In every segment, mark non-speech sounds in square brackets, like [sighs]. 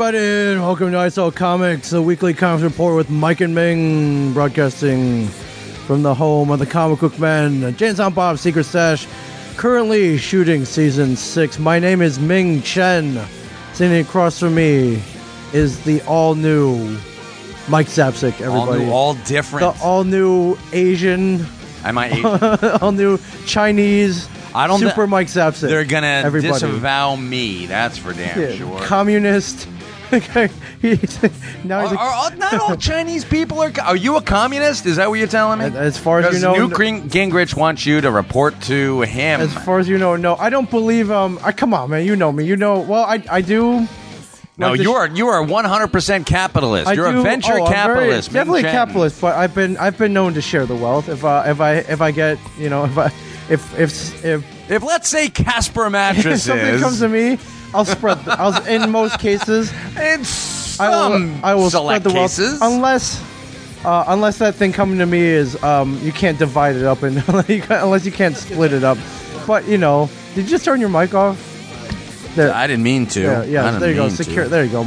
Welcome to ISO Comics, the weekly comics report with Mike and Ming, broadcasting from the home of the comic book men, James on Bob's Secret Stash, currently shooting season six. My name is Ming Chen. Sitting across from me is the all new Mike Zapsik, All everybody. new, all different. the all new Asian, [laughs] Am I eight? all new Chinese. I don't thi- Super Mike Zapsik. They're gonna everybody. disavow me. That's for damn Yeah, sure. Communist. [laughs] Okay, he's- now he's are, a are all- not [laughs] all Chinese people are. co- Are you a communist? Is that what you're telling me? As far as you Because know, Newt no- Gring- Gingrich wants you to report to him. As far as you know, no, I don't believe. Um, I, come on, man, you know me. You know, well, I, I do. no, like the you sh- are you are 100 percent capitalist. I you're do- a venture oh, I'm very- capitalist. Ming definitely a Chen. capitalist, but I've been I've been known to share the wealth. If uh, if I if I get you know if I if if if, [laughs] If let's say Casper if mattresses, something comes to me, I'll spread. The, I'll in most cases, in I will some I will select spread the wealth cases, unless. Uh, unless that thing coming to me is um, you can't divide it up and [laughs] unless you can't split it up, but you know, did you just turn your mic off? There. I didn't mean to. Yeah, I yeah. didn't There you go. mean to. Secure. There you go.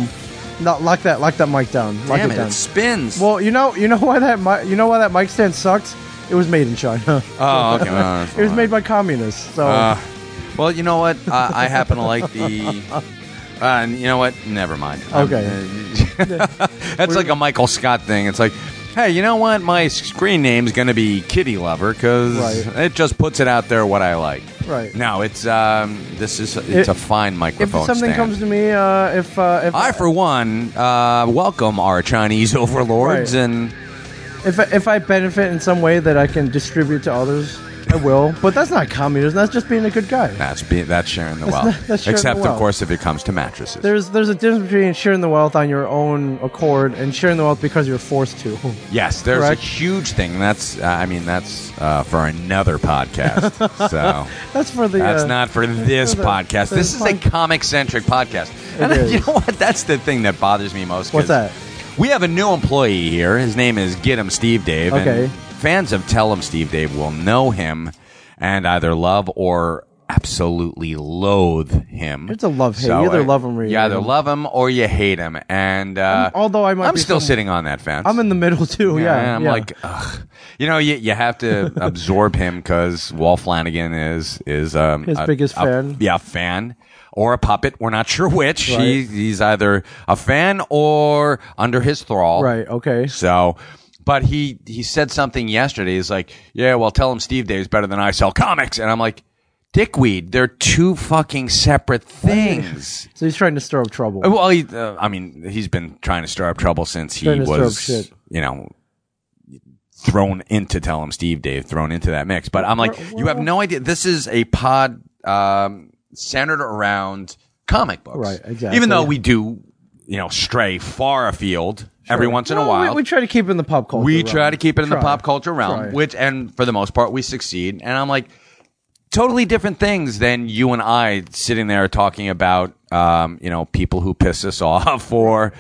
No, lock that. Lock that mic down. Lock Damn it it, down. it spins. well, you know, you know [laughs] why that mic, you know why that mic stand sucks. It was made in China. [laughs] oh, okay. well, that's it was fine. made by communists. So Uh, well, you know what? I, I happen to like the. Uh, you know what? Never mind. I'm- Okay. uh, [laughs] that's like a Michael Scott thing. It's like, hey, you know what? My screen name's going to be Kitty Lover because Right. it just puts it out there what I like. Right. No, it's um, this is it's If- a fine if microphone. something stand. comes to me, uh, if uh, if I, for one, uh, welcome our Chinese [laughs] overlords Right. and if I- if I benefit in some way that I can distribute to others, I will. But that's not communism. That's just being a good guy. that's be, that's sharing the wealth. not- that's sharing the Except, wealth. of course, if it comes to mattresses. There's there's a difference between sharing the wealth on your own accord and sharing the wealth because you're forced to. [laughs] Yes, there's Correct. a huge thing. That's uh, I mean that's uh, for [laughs] another podcast. so That's for the. that's uh, not for this [laughs] the- podcast. the This is a fun- comic centric podcast. And It you is. know what? That's the thing that bothers me most. 'cause What's that? We have a new employee here. His name is Get Him Steve Dave. and Okay. fans of Tell Him Steve Dave will know him and either love or absolutely loathe him. It's a love hate. You either uh, love him or you you hate either him. love him or you hate him. And uh, although I might I'm be still some- sitting on that fence. I'm in the middle too. Yeah. And I'm yeah. like, ugh. you know, you, you have to [laughs] absorb him because Walt Flanagan is is um, His biggest fan. yeah, fan or a puppet. We're not sure which. Right. He, he's either a fan or under his thrall. Right. Okay. So, but he he said something yesterday. He's like, yeah, well, tell him Steve Dave's better than I sell comics, and I'm like. Dickweed, they're two [laughs] fucking separate things. So he's trying to stir up trouble. Well, he, uh, I mean, he's been trying to stir up trouble since he Trying to stir up was, shit. you know, thrown into Tell Him Steve Dave, thrown into that mix. But I'm like, you have no idea. This is a pod um, centered around comic books. Right, exactly. Even though we do, you know, stray far afield every once in a No, while. we, we try to keep it in the pop culture. We realm. try to keep it in Try. the pop culture realm, Try. which and for the most part we succeed. And I'm like, totally different things than you and I sitting there talking about, um, you know, people who piss us [laughs] off or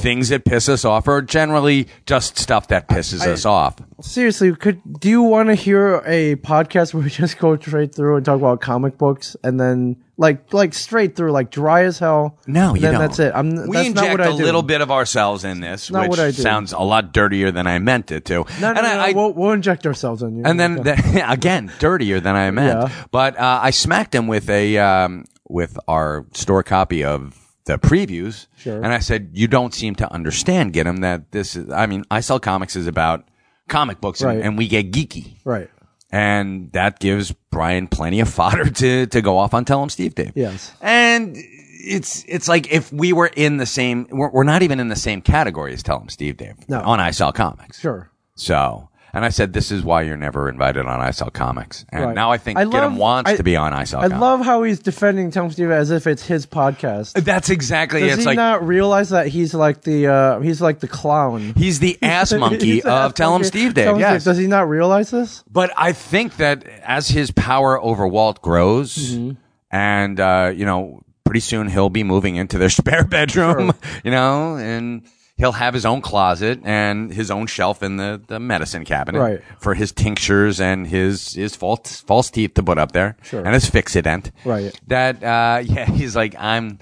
things that piss us off, or generally just stuff that pisses us off. Seriously, could do you want to hear a podcast where we [laughs] just go straight through and talk about comic books and then like like straight through like dry as hell? No, And you then don't. That's it. I'm. we that's inject not what I a do. little bit of ourselves in this, not which what I do. sounds a lot dirtier than I meant it to. No, no, and no, I, no, I- we'll, we'll inject ourselves in you. and then the, [laughs] again dirtier than I meant. Oh Yeah. But uh, I smacked him with a um, with our store copy of the previews, Sure. and I said, "You don't seem to understand, get him that this is. I mean, I sell comics is about comic books, and, Right. and we get geeky, right. and that gives Brian plenty of [laughs] fodder to to go off on. Tell him Steve Dave. Yes. and." It's it's like if we were in the same we're, we're not even in the same category as Tell him Steve Dave No. on I Sell Comics. Sure. So, and I said, this is why you're never invited on I Sell Comics. And Right. now I think I Get love- him wants I- to be on I Sell I Comics. love how he's defending Tom Steve as if it's his podcast. That's exactly Does It's he like, not realize that he's like the uh, he's like the clown? he's the ass [laughs] monkey He's the of ass Tell Him monkey. Steve Tell Dave. Him Yes. Does he not realize this? But I think that as his power over Walt grows, Mm-hmm. and uh, you know, pretty soon he'll be moving into their [laughs] spare bedroom, [laughs] you know, and he'll have his own closet and his own shelf in the, the medicine cabinet Right. for his tinctures and his his false false teeth to put up there, Sure. and his fixident. Right. [laughs] That uh, yeah, he's like I'm.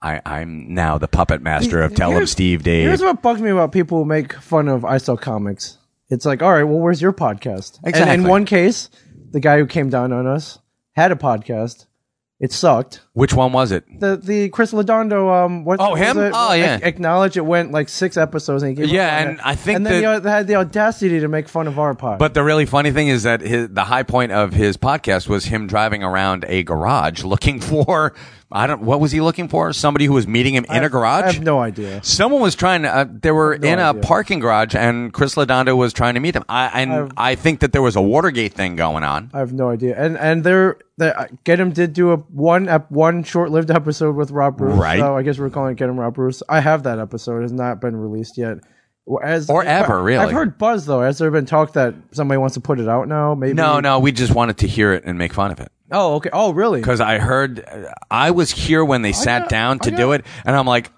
I, I'm now the puppet master of Tell 'em Here's- Steve Dave. Here's what bugs me about people who make fun of ISO comics. It's like, all right, well, where's your podcast? And in Exactly. one case, the guy who came down on us had a podcast. It sucked. Which one was it? The the Chris Ladondo, um, what? Oh, was him? It? Oh, Ac- yeah. acknowledge it went like six episodes, and he gave up Yeah, on and it. I think and then that- he had the audacity to make fun of our podcast. But the really funny thing is that his, the high point of his podcast was him driving around a garage looking [laughs] for I don't what was he looking for? Somebody who was meeting him in a garage. I have no idea. Someone was trying to. Uh, they were in a idea. parking garage, and Chris Ladondo was trying to meet them. I and I think that there was a Watergate thing going on. I have no idea. And and there, the, Get Him did do a one ep, one short lived episode with Rob Bruce. Right. So I guess we're calling it Get Him Rob Bruce. I have that episode. It has not been released yet. As, Or ever, really. I've heard buzz though. Has there been talk that somebody wants to put it out now? Maybe. No, no, we just wanted to hear it and make fun of it Oh, okay. Oh, really? because I heard I was here when they sat got- down to I do got- it, and I'm like.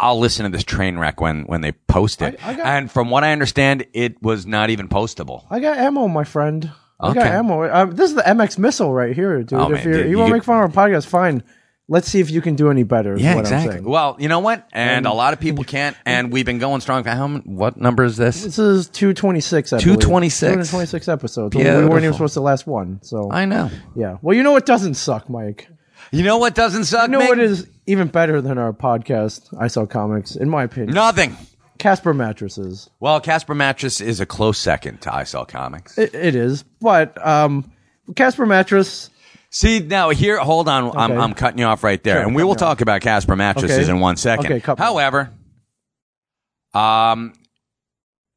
I'll listen to this train wreck when, when they post it. I got- and from what I understand, it was not even postable. I got ammo, my friend. I got Okay. ammo. Um, this is the MX missile right here, dude. Oh, if man, you're, dude, you you want to get- make fun of our podcast, fine. Let's see if you can do any better. is Yeah, what I'm exactly. saying. Well, you know what? And, a lot of people [laughs] can't. And we've been going strong. for How? m- What number is this? This is 226 episodes. 226. 226 episodes. We weren't even Beautiful. supposed to last one. So I know. Yeah. Well, you know what doesn't suck, Mike? You know what doesn't suck? You know Mick? what is even better than our podcast, I Saw Comics, in my opinion? Nothing. Casper Mattresses. Well, Casper Mattress is a close second to ISL Comics. It, it is. But um, Casper Mattress, See, now here, hold on. I'm, Okay. I'm cutting you off right there. and we will talk about Casper Mattresses Okay. in one second. Okay, cut me. However, um,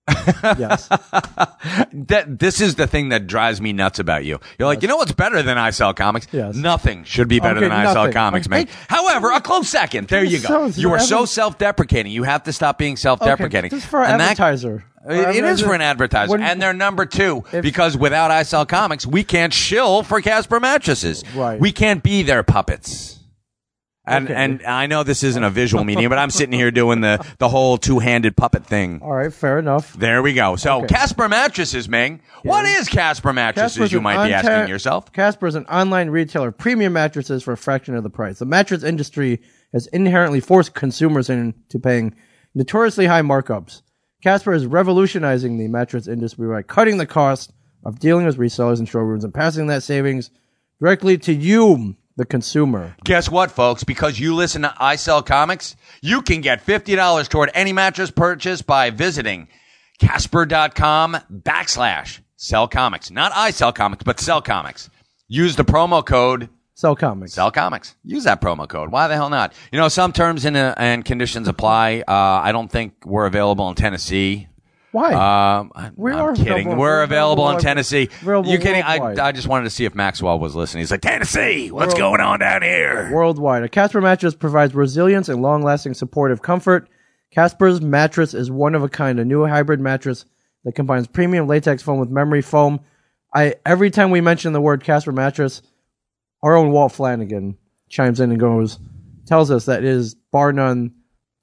[laughs] yes. that this is the thing that drives me nuts about you. You're like, you know what's better than ISL Comics? Yes. Nothing should be better Okay, than ISL nothing. Comics, Okay. man. However, a close second. There you go. Sounds- You are so Evan- self-deprecating. You have to stop being okay, self-deprecating. just for an And that- Uh, advertiser. It- it is for an advertiser, When- and they're number two because without I Sell Comics, we can't shill for Casper mattresses. Right. We can't be their puppets. And and I know this isn't a visual medium, but I'm sitting here doing the the whole two handed puppet thing. All right, fair enough. There we go. So Okay. Casper mattresses, Ming. What is Casper mattresses? you an might be onta- asking yourself. Casper is an online retailer of premium mattresses for a fraction of the price. The mattress industry has inherently forced consumers into paying notoriously high markups. Casper is revolutionizing the mattress industry by cutting the cost of dealing with resellers and showrooms and passing that savings directly to you, the consumer. Guess what, folks? Because you listen to I Sell Comics, you can get $50 toward any mattress purchase by visiting Casper.com backslash sell comics. Not I sell comics, but sell comics. Use the promo code Sell comics. sell comics. Use that promo code. Why the hell not? You know, some terms and, uh, and conditions apply. Uh, I don't think we're available in Tennessee. Why? Um, I, We am are kidding. available- we're we're available in available- Tennessee. available you kidding? I, worldwide. I just wanted to see if Maxwell was listening. He's like, Tennessee, what's going on down here? worldwide. A Casper mattress provides resilience and long-lasting supportive comfort. Casper's mattress is one of a kind, a new hybrid mattress that combines premium latex foam with memory foam. I every time we mention the word Casper mattress, our own Walt Flanagan chimes in and goes, tells us that it is bar none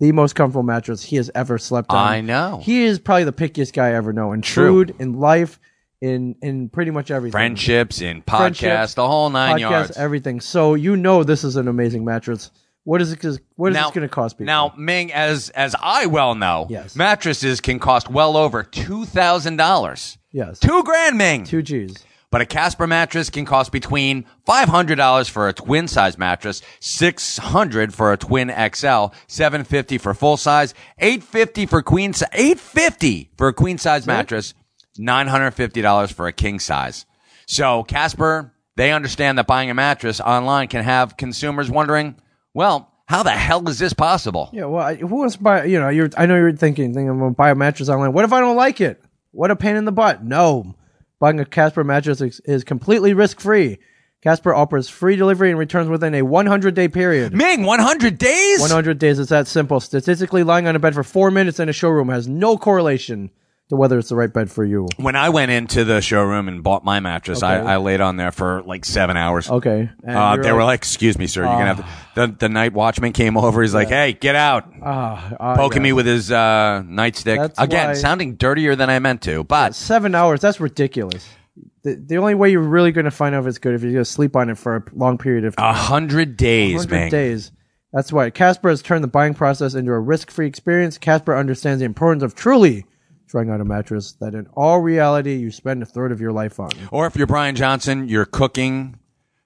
the most comfortable mattress he has ever slept on. I know. He is probably the pickiest guy I ever know in True. food, in life, in in pretty much everything friendships and Friendships, podcasts, the whole nine podcast, yards. everything. So you know this is an amazing mattress. What is it? What is Now- this going to cost people? Now, Ming, as as I well know, Yes. mattresses can cost well over two thousand dollars. yes, two, Two grand, Ming. G's. But a Casper mattress can cost between five hundred dollars for a twin size mattress, six hundred for a twin XL, seven fifty for full size, eight fifty for queen, eight fifty for a queen size mattress, nine hundred fifty dollars for a king size. So Casper, they understand that buying a mattress online can have consumers wondering, well, how the hell is this possible? Yeah. Well, I- who wants to buy? You know, you're. I know you're thinking, thinking I'm going to buy a mattress online. What if I don't like it? What a pain in the butt. No, buying a Casper mattress is, is completely risk free. Casper offers free delivery and returns within a 100 day period. Ming, one hundred days. 100 days is that simple. Statistically, lying on a bed for four minutes in a showroom has no correlation to whether it's the right bed for you. when I went into the showroom and bought my mattress, I, I laid on there for like seven hours. Okay. And Uh, you're they were like, "Excuse me, sir, you're gonna have to." The, the night watchman came over. He's like, "Hey, get out!" ah, ah, Poking yeah. me with his uh, nightstick That's again, why- sounding dirtier than I meant to. But seven hours that's ridiculous the, the only way you're really going to find out if it's good if you're going to sleep on it for a long period of time a hundred days, 100 man. days That's why Casper has turned the buying process into a risk-free experience. Casper understands the importance of truly trying out a mattress that in all reality you spend a third of your life on. Or if you're Brian Johnson, you're cooking,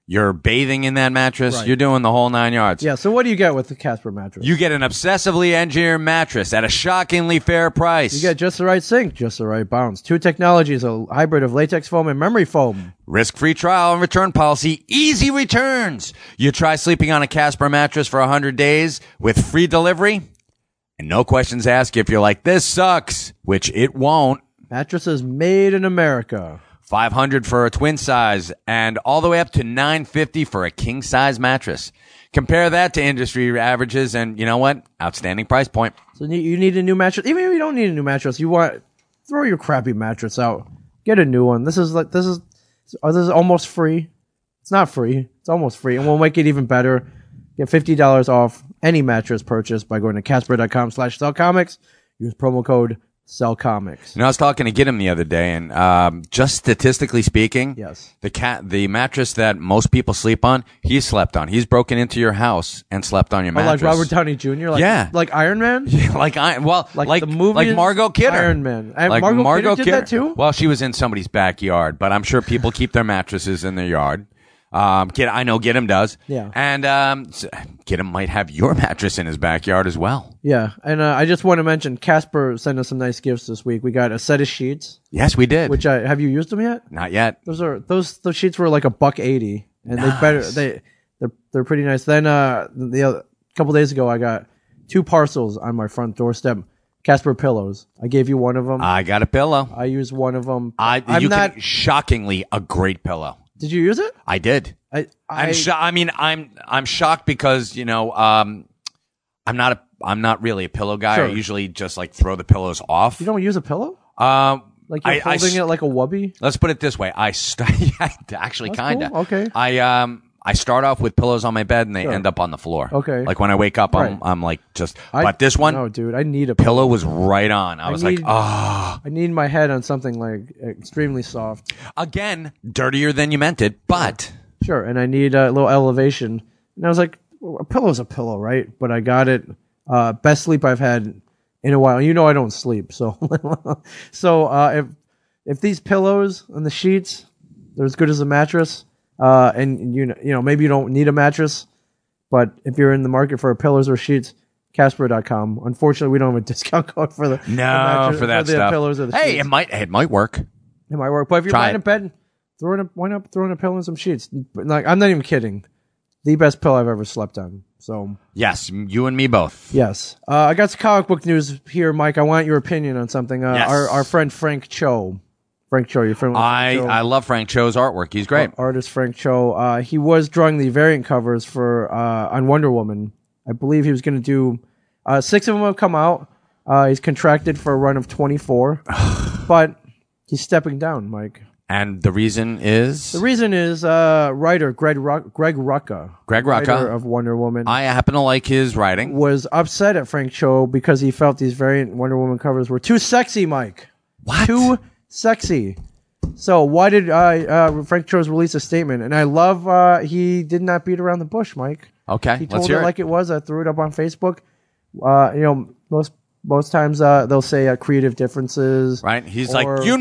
you're bathing in that mattress, Right. you're doing the whole nine yards. Yeah, so what do you get with the Casper mattress? You get an obsessively engineered mattress at a shockingly fair price. You get just the right sink, just the right bounce. Two technologies, a hybrid of latex foam and memory foam. Risk-free trial and return policy, easy returns. You try sleeping on a Casper mattress for 100 days with free delivery and no questions asked if you're like, this sucks, which it won't. Mattresses made in America. 500 for a twin size and all the way up to 950 for a king size mattress. Compare that to industry averages and you know what? Outstanding price point. So you- you need a new mattress. Even if you don't need a new mattress, you want throw your crappy mattress out. Get a new one. This is like this is oh, this is almost free. It's not free. It's almost free, and we'll make it even better. Get fifty dollars off any mattress purchase by going to Casper.com slash sellcomics. Use promo code sellcomics. You know, I was talking to Get him the other day and um, just statistically speaking, Yes. the cat, the mattress that most people sleep on, he slept on. He's broken into your house and slept on your Oh, like mattress. Robert Downey Jr. Like, Yeah. like Iron Man. [laughs] like I well, like Like like, the movie like is Margot Kidder, Iron Man. And Margot Kidder did that too? Well, she was in somebody's backyard, but I'm sure people keep their mattresses in their yard. Um, Kid, I know Kidham does. Yeah. and um, s- Kidham might have your mattress in his backyard as well. Yeah, and uh, I just want to mention Casper sent us some nice gifts this week. We got a set of sheets, Yes, we did. which I have you used them yet? Not yet. Those are those those sheets were like a buck eighty, and they better they they're they're pretty nice. Then uh the other, couple days ago, I got two parcels on my front doorstep. Casper pillows. I gave you one of them. I got a pillow. I used one of them. Uh, I am you not. can shockingly a great pillow. did you use it? I did. I I, I'm sho- I mean, I'm I'm shocked because you know, um, I'm not a I'm not really a pillow guy. Sure. I usually just like throw the pillows off. you don't use a pillow. um, Like you're I- I holding st- it like a wubby. Let's put it this way. I st- [laughs] yeah, actually kind of cool. Okay. I um I start off with pillows on my bed and they end up on the floor. Okay. Like when I wake up, I'm Right. I'm like just. I, but this one no, dude, I need a pillow. pillow was right on. I was need- like, ah, I need my head on something like extremely soft. again, dirtier than you meant it, but Sure, and I need a little elevation. And I was like, well, a pillow's a pillow, right? But I got it. Uh, best sleep I've had in a while. You know I don't sleep, so [laughs] so uh, if if these pillows and the sheets they're as good as a mattress, uh, and you know, you know maybe you don't need a mattress, but if you're in the market for pillows or sheets. Casper.com. Unfortunately, we don't have a [laughs] discount code for the the no mattress- for that the stuff. pillows or the hey, sheets. it might it might work. It might work. But if you're Try lying it. in bed, throw in a, why not throw in a pillow and some sheets? Like I'm not even kidding. The best pillow I've ever slept on. So Yes, you and me both. yes, uh, I got some comic book news here, Mike. I want your opinion on something. Uh, Yes. Our our friend Frank Cho, Frank Cho, your friend. with I Frank Cho. I love Frank Cho's artwork. He's great. artist Frank Cho. Uh, he was drawing the variant covers for uh, on Wonder Woman. I believe he was going to do uh, six of them have come out. Uh, he's contracted for a run of [sighs] 24, but he's stepping down, Mike. And the reason is The reason is uh, writer Greg, Ruck- Greg Rucka, Greg writer Rucka. of Wonder Woman, I happen to like his writing. was upset at Frank Cho because he felt these variant Wonder Woman covers were too sexy, Mike. What? Too sexy. So why did uh, uh, Frank Cho's release a statement? And I love uh, he did not beat around the bush, Mike. Okay, He let's told hear it like it was. I threw it up on Facebook. Uh, you know, most most times uh, they'll say uh, creative differences, Right? He's Or- Uh, like, you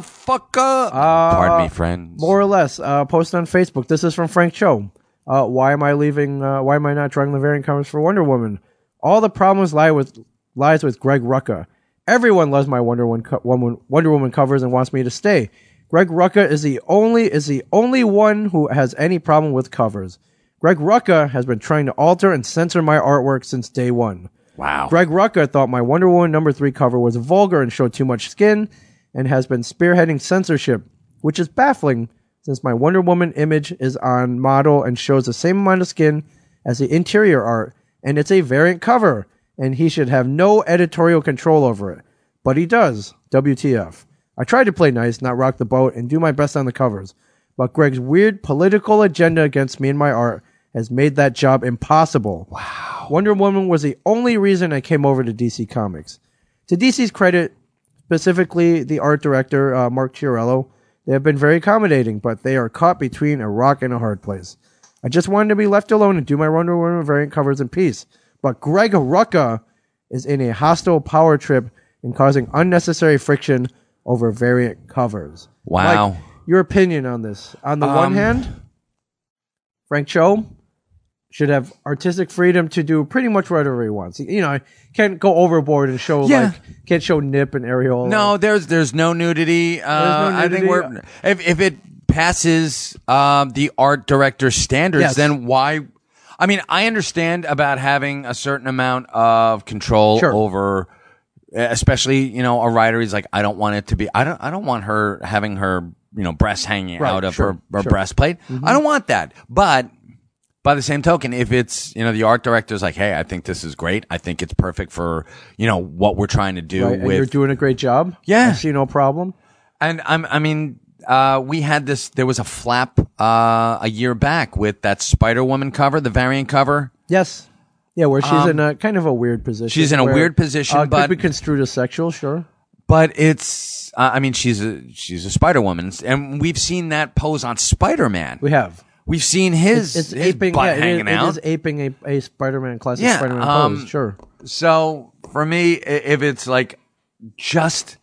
motherfucker. Pardon me, friends. more or less uh, post on facebook this is from frank cho uh, why am i leaving uh, why am i not drawing the variant covers for wonder woman all the problems lie with lies with greg rucka everyone loves my wonder woman, co- woman, wonder woman covers and wants me to stay greg rucka is the only is the only one who has any problem with covers greg rucka has been trying to alter and censor my artwork since day one wow. Greg Rucka thought my Wonder Woman number three cover was vulgar and showed too much skin, and has been spearheading censorship, which is baffling since my Wonder Woman image is on model and shows the same amount of skin as the interior art, and it's a variant cover, and he should have no editorial control over it. But he does. WTF. I tried to play nice, not rock the boat, and do my best on the covers. But Greg's weird political agenda against me and my art has made that job impossible. Wow. Wonder Woman was the only reason I came over to DC Comics. To DC's credit, specifically the art director, uh, Mark Chiarello, they have been very accommodating, but they are caught between a rock and a hard place. I just wanted to be left alone and do my Wonder Woman variant covers in peace. But Greg Rucka is in a hostile power trip and causing unnecessary friction over variant covers. Wow. Mike, your opinion on this? On the one Um, hand, Frank Cho should have artistic freedom to do pretty much whatever he wants. You know, can't go overboard and show Yeah. like can't show nip and areola. No, there's there's no nudity. Uh, There's no I think we're nudity. if if it passes um, the art director standards, Yes. then why? I mean, I understand about having a certain amount of control Sure. over, especially you know a writer. He's like, I don't want it to be. I don't. I don't want her having her you know breasts hanging Right, out of sure, her, her sure. Mm-hmm. breastplate. I don't want that. But by the same token, if it's, you know, the art director's like, hey, I think this is great. I think it's perfect for, you know, what we're trying to do Right, and with you're doing a great job. Yeah. I see no problem. And I'm, I mean, uh, we had this. There was a flap uh, a year back with that Spider Woman cover, the variant cover. Yes. Yeah, where she's in a kind of a weird position. Um, she's in a where, weird position, uh, but- could be construed as sexual. Sure. But it's, uh, I mean, she's a she's a Spider Woman, and we've seen that pose on Spider Man. We have. We've seen his It's his aping. butt yeah, it is- hanging out. It is aping a, a Spider-Man classic Yeah, Spider-Man um, pose. Sure. So for me, i- if it's like just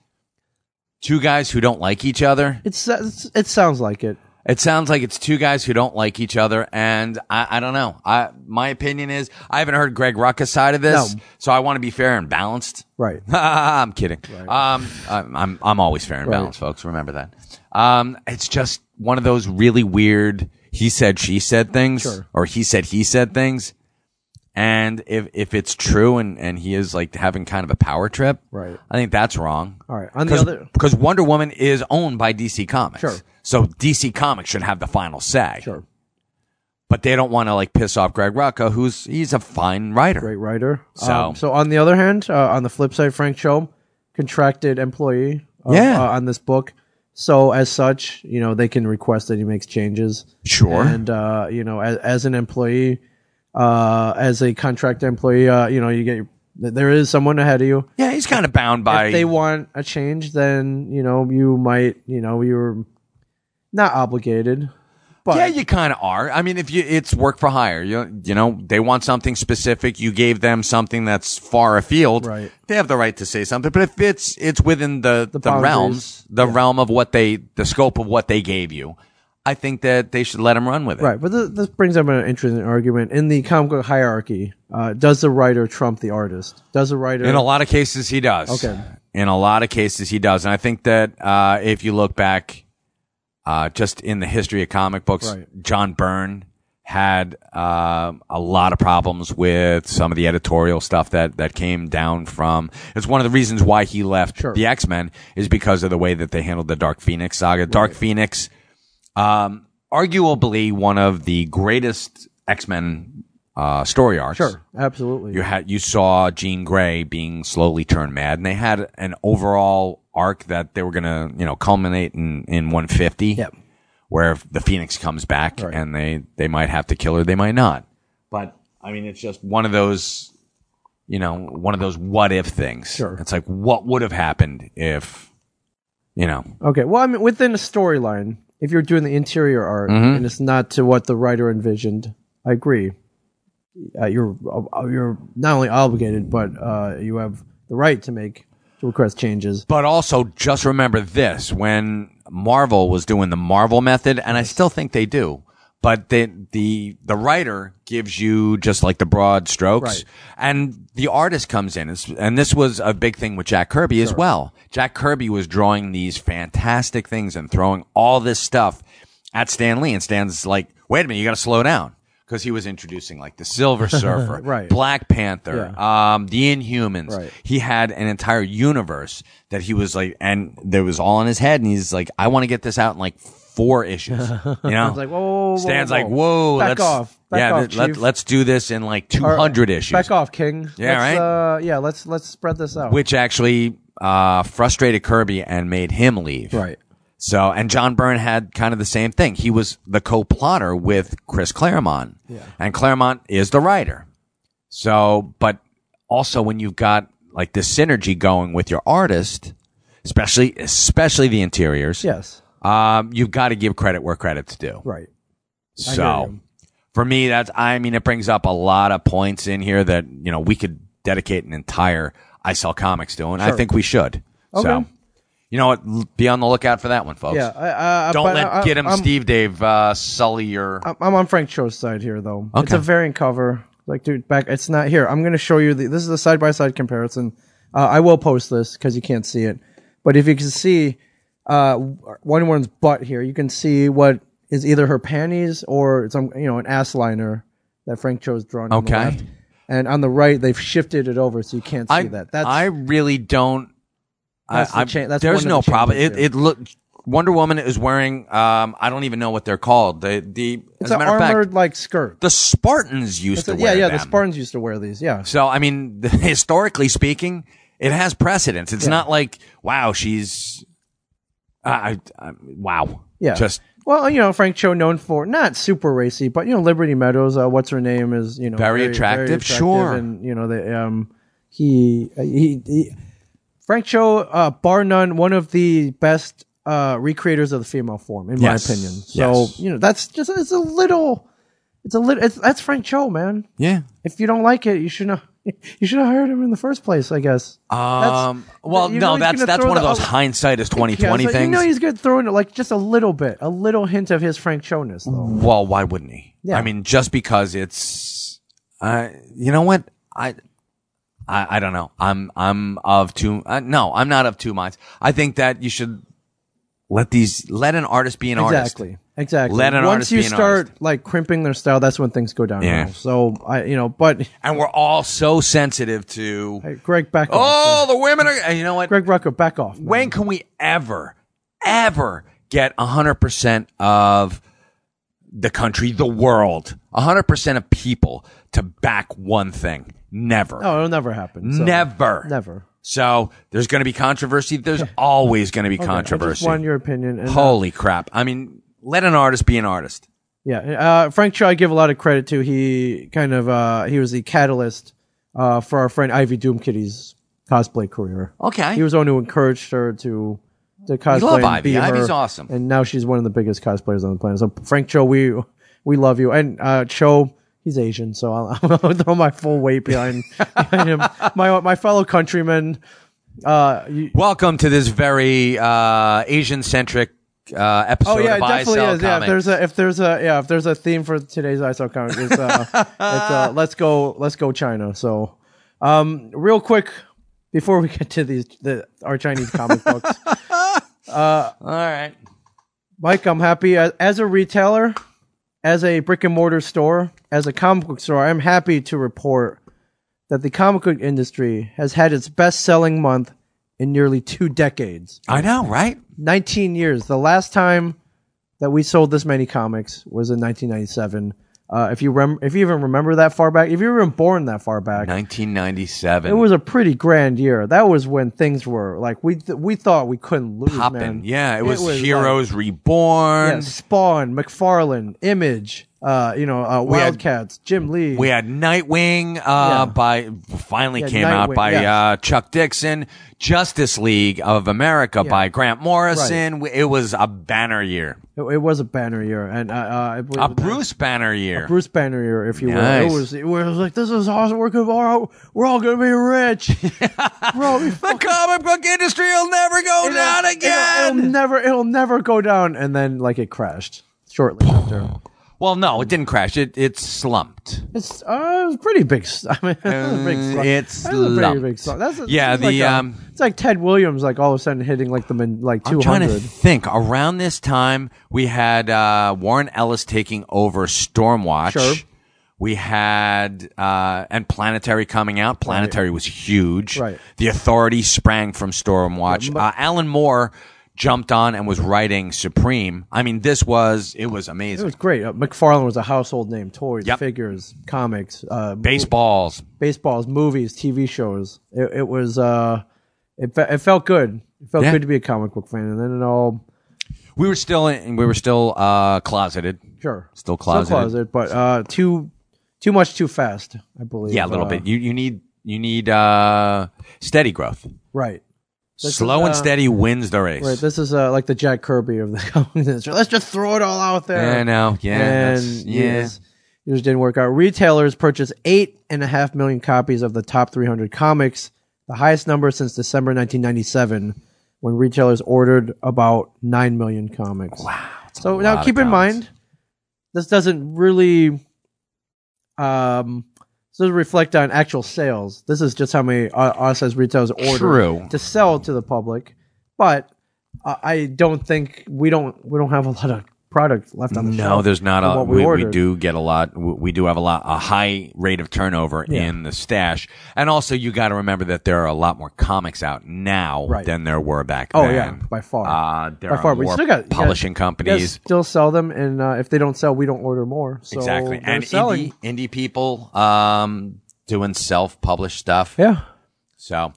two guys who don't like each other, It's, it's it sounds like it. It sounds like it's two guys who don't like each other, and I, I don't know. I my opinion is I haven't heard Greg Rucka's side of this, No. so I want to be fair and balanced. [laughs] Right. I'm kidding. Um, I'm, I'm I'm always fair and balanced, folks. Remember that. Um, it's just one of those really weird he said she said things, Sure. or he said he said things, and if if it's true and and he is like having kind of a power trip, Right. I think that's wrong. All right. On the other. Because Wonder Woman is owned by DC Comics. Sure. So DC Comics should have the final say. Sure. But they don't want to like piss off Greg Rucka, who's he's a fine writer. Great writer. So- Um, so on the other hand, uh, on the flip side, Frank Cho, contracted employee. of- Yeah. uh, on this book. So as such, you know they can request that he makes changes. Sure. And uh, you know, as, as an employee, uh, as a contract employee, uh, you know, you get your, there is someone ahead of you. yeah, he's kind of bound by If they want a change, then you know you might, you know, you're not obligated. But Yeah, you kind of are. I mean, if you it's work for hire, you you know, they want something specific, you gave them something that's far afield. Right. They have the right to say something, but if it's it's within the the, boundaries. realms, the realm of what they the scope of what they gave you, I think that they should let him run with it. Right, but this, this brings up an interesting argument in the comic book hierarchy. Uh, does the writer trump the artist? Does the writer? In a lot of cases, he does. Okay. In a lot of cases, he does, and I think that uh, if you look back, uh, just in the history of comic books, Right. John Byrne had uh, a lot of problems with some of the editorial stuff that that came down from. It's one of the reasons why he left Sure. the X Men is because of the way that they handled the Dark Phoenix saga. Dark Phoenix, um, arguably one of the greatest X Men uh, story arcs. sure, absolutely. You had you saw Jean Grey being slowly turned mad, and they had an overall arc that they were gonna you know culminate in in 150, Yep. where if the Phoenix comes back, and they they might have to kill her, they might not. But I mean, it's just one of those, you know, one of those what if things. Sure. It's like what would have happened if, you know, Okay, well, I mean, within a storyline, if you're doing the interior art Mm-hmm. and it's not to what the writer envisioned, I agree. Uh, you're uh, you're not only obligated, but uh, you have the right to make to request changes. But also, just remember this: when Marvel was doing the Marvel method, and I still think they do, but the the the writer gives you just like the broad strokes, Right. and the artist comes in. It's, and this was a big thing with Jack Kirby as well. Jack Kirby was drawing these fantastic things and throwing all this stuff at Stan Lee, and Stan's like, "Wait a minute, you got to slow down." Because he was introducing like [laughs] the Silver Surfer, Right. Black Panther, um, the Inhumans, Right. he had an entire universe that he was like, and there was all in his head, and he's like, I want to get this out in like four issues. You [laughs] know, It's like whoa, whoa, whoa, whoa, Stan's whoa. like, whoa, back let's, off, back yeah, off, let, Chief. uh, us do this in like two hundred issues, Back off, King. let's, Yeah, right? Uh, yeah, let's let's spread this out. which actually uh, frustrated Kirby and made him leave. right. So, and John Byrne had kind of the same thing. He was the co-plotter with Chris Claremont. And Claremont is the writer. So, but also when you've got like this synergy going with your artist, especially, especially the interiors, Yes. um, you've got to give credit where credit's due. Right. So, you. for me, that's, I mean, it brings up a lot of points in here that, you know, we could dedicate an entire I Sell Comics to, and I think we should. Okay. So, you know what? L- Be on the lookout for that one, folks. Yeah, I- I- Don't Uh, but um, let I- get him, I'm- Steve Dave, uh, sully your. I'm- I'm on Frank Cho's side here, though. It's Okay. a variant cover. Like, dude, back. It's not here. I'm going to show you. The, this is a side by side comparison. Uh, I will post this because you can't see it, but if you can see uh, one woman's butt here, you can see what is either her panties or some, you know, an ass liner that Frank Cho's drawn. On the Okay. left. And on the right, they've shifted it over, so you can't see I, that. That's I really don't. That's the I, I'm- cha- that's one of there's the no problem. It, changes it look Wonder Woman is wearing. Um, I don't even know what they're called. The the it's as a an matter of armored fact, like skirt. the Spartans used to So, yeah, wear yeah. The them. Spartans used to wear these. Yeah. So I mean, [laughs] historically speaking, it has precedence. It's not like wow, she's. I I- I- wow. Yeah. Just well, you know, Frank Cho known for not super racy, but you know, Liberty Meadows. Uh, what's her name is you know Very attractive, sure. and you know the um he uh, he, he Frank Cho uh, bar none one of the best uh recreators of the female form in Yes. my opinion. So Yes. you know that's just it's a little it's a little it's, that's Frank Cho man. yeah. If you don't like it, you should not. You should have [laughs] hired him in the first place, I guess. Um. well, you know no, he's that's gonna that's throw one of the- those hindsight is twenty Yeah, twenty so You things. know he's gonna throw in like just a little bit, a little hint of his Frank Cho-ness, though. well, why wouldn't he? Yeah. I mean, just because it's, uh, you know what I. I, I don't know. I'm I'm of two. Uh, no, I'm not of two minds. I think that you should let these let an artist be an artist. Exactly. Exactly. Let an Once artist you be an start like crimping their style, that's when things go downhill. Yeah. So I, you know, but And we're all so sensitive to. hey, Greg, back off. Oh, the women are. And you know what? Greg Rucka, back off. man. When can we ever, ever get 100% of the country, the world, 100% of people to back one thing? Never. No, it'll never happen. Oh, so- never. Never. So there's going to be controversy. [laughs] There's always going to be I just controversy. want your opinion. And, uh, Holy crap. I mean, let an artist be an artist. Yeah, uh, Frank Cho, I give a lot of credit to. He kind of uh, he was the catalyst uh, for our friend Ivy Doomkitty's cosplay career. Okay. he was the one who encouraged her to to cosplay. love and Ivy. be her, Ivy's awesome. and now she's one of the biggest cosplayers on the planet. So Frank Cho, we we love you, and uh, Cho. He's Asian, so I'll, [laughs] I'll throw my full weight behind, [laughs] behind him. My my fellow countrymen, uh, you, Welcome to this very uh, Asian centric uh, episode Oh yeah, of it I definitely Sell is. Yeah, if Comics. there's a if there's a yeah if there's a theme for today's ISO comic, it's, [laughs] uh, it's uh, let's go let's go China. So, um, real quick before we [laughs] get to these the, our Chinese comic [laughs] books, all right. Mike, I'm happy as, as a retailer, as a brick and mortar store, as a comic book store. I'm happy to report that the comic book industry has had its best selling month in nearly two decades. I know, right? 19 years. The last time that we sold this many comics was in 1997. Uh, if you rem- if you even remember that far back, if you were even born that far back, 1997. it was a pretty grand year. That was when things were like we th- we thought we couldn't lose. popping. man. Yeah, it was, like, Heroes Reborn. yeah, Spawn, McFarlane, Image, uh, you know, uh, had- Wildcats, Jim Lee. We had Nightwing uh, by finally Yeah, came out Nightwing, by yes. uh, Chuck Dixon, Justice League of America by Grant Morrison. W- It was a banner year, it, it was a banner year, and uh, uh, I believe a Bruce banner year. Bruce Banner year, if you Nice. will. It was, it was like this is awesome. We're gonna, we're all, we're all gonna be rich. We're all gonna be the comic book industry will never go It'll- down it'll- again. It'll, never, it'll never go down. And then like it crashed shortly [sighs] after. well, no, it didn't crash. It it slumped. It's uh, it was pretty big. s- [laughs] I mean, it was a big slump. Mm, it's That was a pretty lumped. big slump. That's a- Yeah, it's like the, a- um, it's like Ted Williams, like all of a sudden hitting like the min, like I'm two trying to hundred. think. Around this time, we had uh, Warren Ellis taking over Stormwatch. Sure. We had uh, and Planetary coming out. Planetary was huge. Right. The Authority sprang from Stormwatch. uh, Alan Moore jumped on and was writing Supreme. I mean, this was it was It amazing. was great. Uh, McFarlane was a household name. Toys, Yep. figures, comics, uh, Baseballs. baseballs, movies, TV shows. It, it was. Uh, it, fe- it felt good. It felt Yeah. good to be a comic book fan, and then it all We were still in, we were still uh, closeted. sure Still closeted. still closet, but uh, too too much too fast. I believe. Yeah, a little Uh, bit. You you need you need uh, steady growth. Right. Slow and uh, steady wins the race. Right. This is uh, like the [laughs] Jack Kirby of the comic industry. Let's just throw it all out there. I know. Yeah. And that's- yeah. yes, It just didn't work out. Retailers purchased eight and a half million copies of the top 300 comics, the highest number since December 1997, when retailers ordered about nine million comics. Wow. So now lot keep of in comics. mind, this doesn't really um, this doesn't reflect on actual sales. This is just how many uh, us as retailers order True. to sell to the public. But uh, I don't think we don't we don't have a lot of product left on the No, shelf. there's not from a. what we We, we ordered. do get a lot. We we do have a lot, a high rate of turnover Yeah. in the stash, and also you got to remember that there are a lot more comics out now Right. than there were back Oh then. yeah, by far. Uh, there By are far, we more still got- publishing You guys companies. still sell them, and uh, if they don't sell, we don't order more. So exactly, they're and E selling. indie, indie people um, doing self-published stuff. Yeah, So,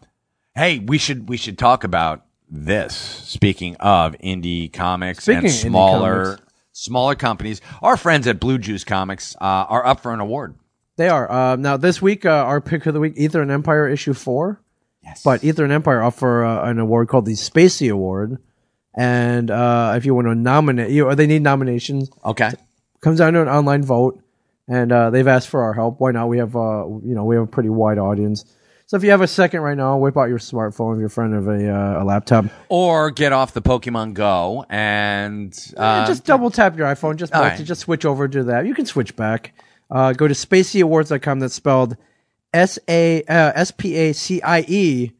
hey, we should we should talk about this. Speaking of indie comics Speaking and of indie smaller comics. smaller companies, our friends at Blue Juice Comics uh, are up for an award. they are. Uh, now this week, uh, our pick of the week: Ether and Empire issue four. Yes, But Ether and Empire offer uh, an award called the Spacey Award, and uh, if you want to nominate, you or they need nominations. okay, comes down to an online vote, and uh, they've asked for our help. Why not? We have uh, you know we have a pretty wide audience. So if you have a second right now, whip out your smartphone if you're in front of a, uh, a laptop. or get off the Pokemon Go and uh, Yeah, just double tap your iPhone. Just all mark right. to just switch over to that. You can switch back. Uh, go to spacyawards.com. That's spelled S A uh, S P A C I E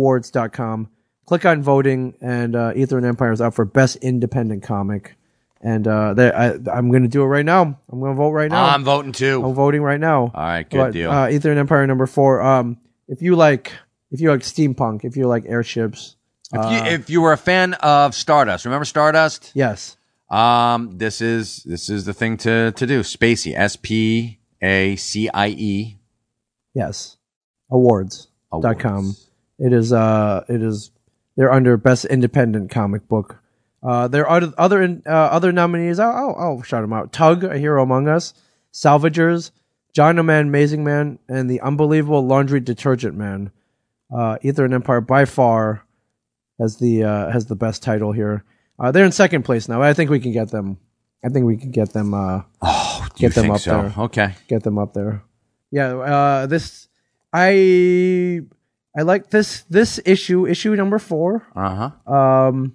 awards.com. Click on voting, and uh, Ether and Empire is up for best independent comic. And uh, they, I, I'm going to do it right now. I'm going to vote right now. I'm voting too. I'm voting right now. All right, good Oh. But, deal. Uh, Ether and Empire number four. Um, if you like, if you like steampunk, if you like airships, uh, if, you, if you were a fan of Stardust, remember Stardust? yes, Um, this is this is the thing to to do. Spacey, S P A C I E yes, awards. dot com. It is uh it is they're under best independent comic book. Uh, there are other other in- uh, other nominees. I'll, I'll, I'll shout them out: Tug, A Hero Among Us, Salvagers, John O' Man, Amazing Man, and the unbelievable Laundry Detergent Man. Uh, Ether and Empire by far has the uh, has the best title here. Uh, they're in second place now. I think we can get them. I think we can get them. Uh, Oh, You Get them think up so? there. Okay. get them up there. Yeah, uh, this I I like this this issue issue number four, Uh huh. um,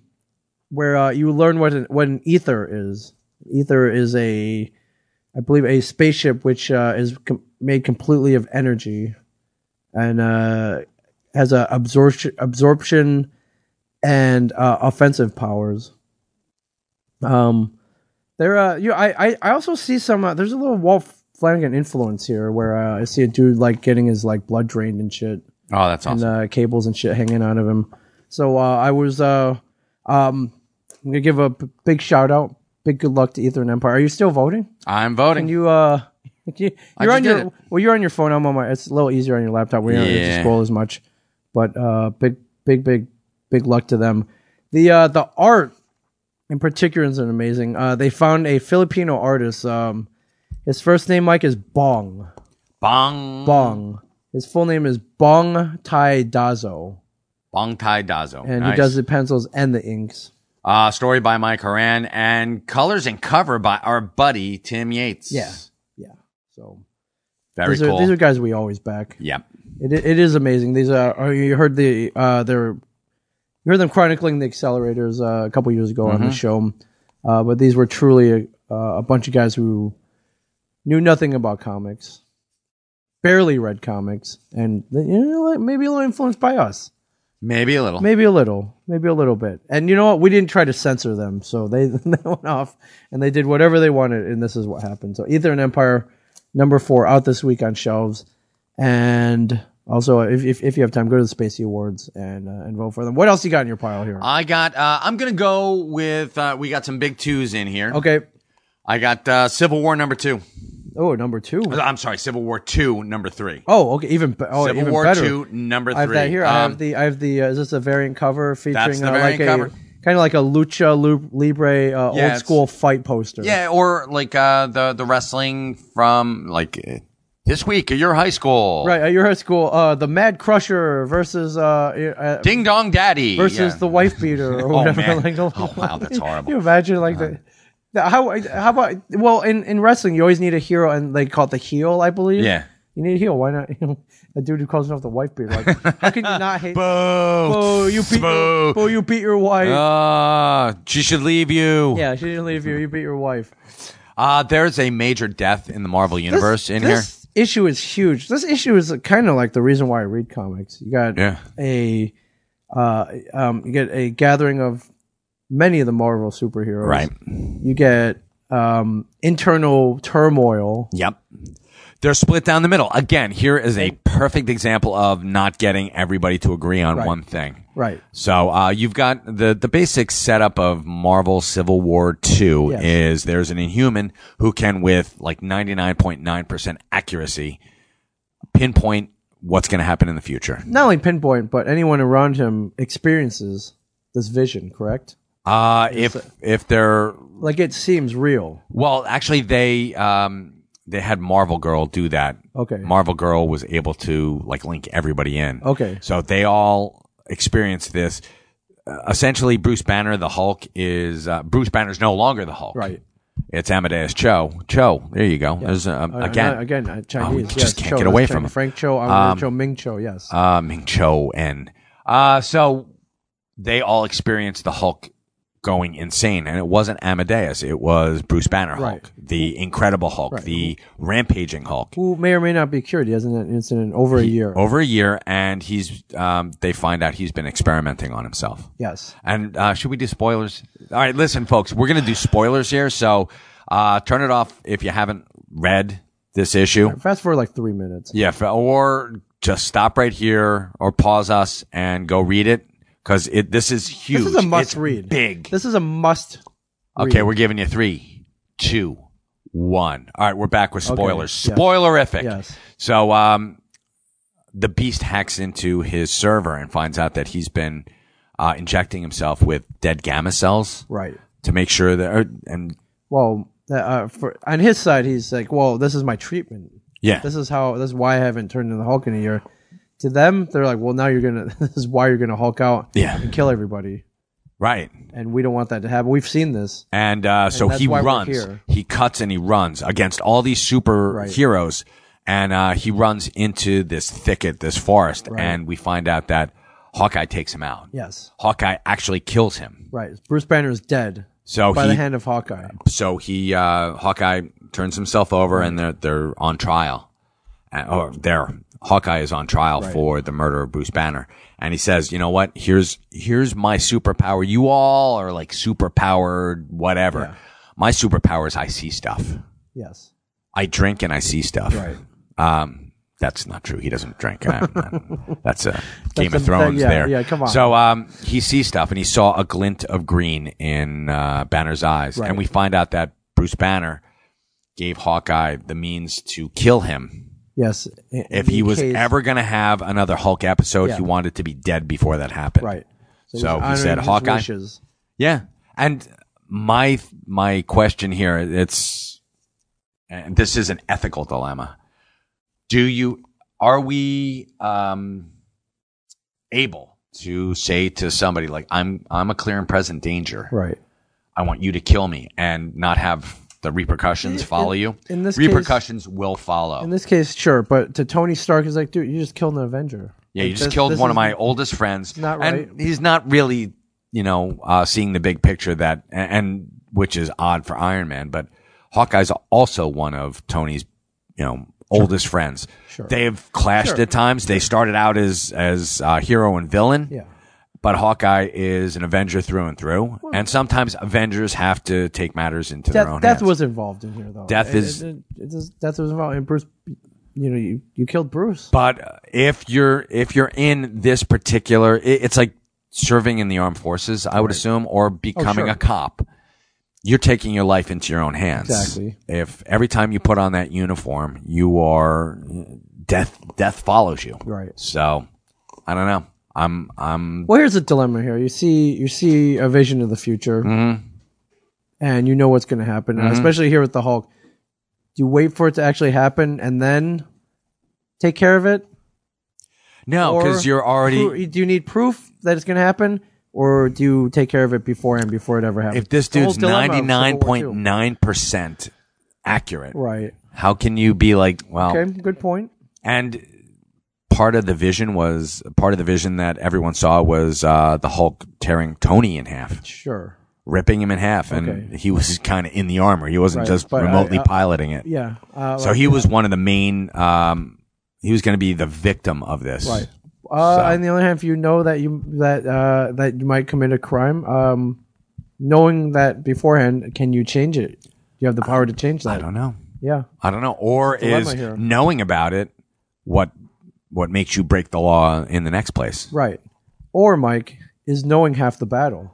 where uh, you learn what an, what an ether is. Ether is a I believe a spaceship which uh, is com- made completely of energy, and uh, has a absorption absorption and uh, offensive powers. Um, there, uh, you, I, I, I also see some. Uh, there's a little Walt Flanagan influence here, where uh, I see a dude like getting his like blood drained and shit, Oh, that's awesome. and uh, cables and shit hanging out of him. So uh, I was, uh, um, I'm gonna give a b- big shout out, big good luck to Ether and Empire. Are you still voting? I'm Can voting. you, uh, [laughs] you're just on your did it. well, you're on your phone. I'm on my. It's a little easier on your laptop. We don't have to Yeah. scroll as much, but uh, big, big, big, big luck to them. The uh, the art in particular is amazing. Uh, they found a Filipino artist. Um, his first name Mike is Bong. Bong Bong. His full name is Bong Tai Dazo, Bong Tai Dazo. and Nice. he does the pencils and the inks. Uh, story by Mike Horan and colors and cover by our buddy Tim Yates. Yeah. Yeah. So Very these are cool. these are guys we always back. yeah. It it is amazing. These are oh, you heard the uh they're you heard them chronicling the accelerators uh, a couple years ago Mm-hmm. on the show, uh, but these were truly a, uh, a bunch of guys who knew nothing about comics, barely read comics, and they- you know what, maybe a little influenced by us, Maybe a little. maybe a little, maybe a little bit. And you know what, we didn't try to censor them, so they [laughs] they went off and they did whatever they wanted, and this is what happened. So Ether and Empire number four out this week on shelves. And also, if, if, if you have time, go to the Spacey Awards and uh, and vote for them. What else you got in your pile here? I got, uh, I'm going to go with, uh, we got some big twos in here. okay. I got, uh, Civil War number two. Oh, number two. I'm sorry, Civil War two, number three. Oh, okay. Even be- oh, Civil even War better. two, number three. I have that here. I Um, have the I have the. Uh, is this a variant cover featuring the uh, variant like cover. a kind of like a lucha lu- libre uh, Yeah, old it's- school fight poster? Yeah, or like uh, the the wrestling from like uh, this week at your high school. Right at your high school, uh, the Mad Crusher versus uh, uh Ding Dong Daddy versus Yeah. the wife beater or [laughs] Oh, whatever. man. like, the- [laughs] Oh, wow, that's horrible. you imagine like the The- How how about well in, in wrestling you always need a hero and they call it the heel I believe Yeah. you need a heel why not [laughs] a dude who calls himself the white beard like how can you not hate [laughs] Boo! oh you beat your, Boo! oh you beat your wife Ah, she should leave you. yeah she didn't leave you you beat your wife Uh, there's a major death in the Marvel universe in here. this issue is huge this issue is kind of like the reason why I read comics you got Yeah. a uh, um, you get a gathering of many of the Marvel superheroes. Right. You get um, internal turmoil. Yep. They're split down the middle. Again, here is a perfect example of not getting everybody to agree on one thing. Right. So uh, you've got the the basic setup of Marvel Civil War Two Yes. is there's an Inhuman who can with like 99.9 percent accuracy pinpoint what's going to happen in the future. Not only pinpoint, but anyone around him experiences this vision. Correct. Uh, if if they're Like it seems real. well, actually they um, they had Marvel Girl do that. Okay. Marvel Girl was able to like link everybody in. Okay. So they all experienced this. Uh, essentially, Bruce Banner, the Hulk, is uh, Bruce Banner's no longer the Hulk. Right. It's Amadeus Cho. Cho. There you go. There's um, Uh, again not- again, uh, Chinese. we yes, just can't Cho, get away that's from Chinese. it. Frank Cho, Amuro Cho, Ming Cho. Yes. uh, Ming Cho and uh, so they all experienced the Hulk going insane, and it wasn't Amadeus. It was Bruce Banner Right. Hulk, the Incredible Hulk, the rampaging Hulk. Who may or may not be cured. He has an incident over a year. Over a year, and he's um, they find out he's been experimenting on himself. Yes. And uh, should we do spoilers? All right, listen, folks, we're going to do spoilers here. So uh, turn it off if you haven't read this issue. Fast forward like three minutes. Yeah, f- or just stop right here or pause us and go read it because it this is huge. This is a must It's read. Big. This is a must. Okay, read. we're giving you three, two, one. All right, we're back with spoilers. yes. Spoilerific. Yes. So um, the beast hacks into his server and finds out that he's been uh, injecting himself with dead gamma cells. Right. to make sure that or, and well, uh, for, on his side, he's like, well, this is my treatment. yeah This is how. This is why I haven't turned into the Hulk in a year. To them, they're like, well, now you're gonna. [laughs] This is why you're gonna Hulk out Yeah. and kill everybody. right And we don't want that to happen. We've seen this. and uh, so that's he why we're runs here. he cuts and he runs against all these superheroes and uh, he runs into this thicket this forest and we find out that Hawkeye takes him out Yes. Hawkeye actually kills him Right. Bruce Banner is dead so by he the hand of Hawkeye. so he uh, Hawkeye turns himself over and they're they're on trial Uh, or there Hawkeye is on trial for the murder of Bruce Banner and he says you know what here's here's my superpower you all are like superpowered whatever my superpower is I see stuff Yes. I drink and I see stuff Right. um that's not true. He doesn't drink. I- [laughs] I- that's a Game That's of a- Thrones yeah, there. yeah, come on. So um, he sees stuff, and he saw a glint of green in uh, Banner's eyes, and we find out that Bruce Banner gave Hawkeye the means to kill him. Yes. In- If in he was case- ever going to have another Hulk episode, Yeah. he wanted to be dead before that happened. right. So he's he honoring said, his "Hawkeye." wishes. Yeah. And my my question here it's and this is an ethical dilemma. Do you are we um able to say to somebody like I'm I'm a clear and present danger. Right. I want you to kill me and not have the repercussions follow you? in this case- repercussions will follow. In this case, sure, but to Tony Stark is like, dude, you just killed an Avenger. Yeah, Like, you just this- killed this one of is- my oldest friends. not And he's not really, you know, uh, seeing the big picture that, and, and which is odd for Iron Man, but Hawkeye's also one of Tony's, you know, oldest friends. Sure. They've clashed at times. They started out as, as uh, hero and villain. Yeah. But Hawkeye is an Avenger through and through. and sometimes Avengers have to take matters into their death, own death hands. was involved in here though. Death It- is- it- it is- death was involved. And Bruce, you know, you, you killed Bruce. But if you're if you're in this particular, it, it's like serving in the armed forces, I would assume, or becoming Oh, sure. a cop. You're taking your life into your own hands. Exactly. If every time you put on that uniform, you are death. Death follows you. Right. So, I don't know. I'm I'm Well, here's the dilemma here. You see, you see a vision of the future, Mm-hmm. and you know what's going to happen. and Especially here with the Hulk, you wait for it to actually happen and then take care of it. no because Or you're already pro- do you need proof that it's going to happen, or do you take care of it beforehand before it ever happens? If this It's the whole dude's dilemma of ninety Civil War nine point II. nine percent accurate, right? how can you be like, well, Okay, good point. and part of the vision was part of the vision that everyone saw was uh, the Hulk tearing Tony in half, Sure. ripping him in half, and Okay. he was [laughs] kind of in the armor. He wasn't Right, just but I- remotely I- piloting it. Yeah. Uh, So he was one of the main. Um, he was going to be the victim of this. Right. Uh, On the other hand, if you know that you that uh, that you might commit a crime, um, knowing that beforehand, can you change it? You have the power to change I that. don't know. Yeah. I don't know. Or dilemma is here. knowing about it what what makes you break the law in the next place? Right. Or Mike is knowing half the battle.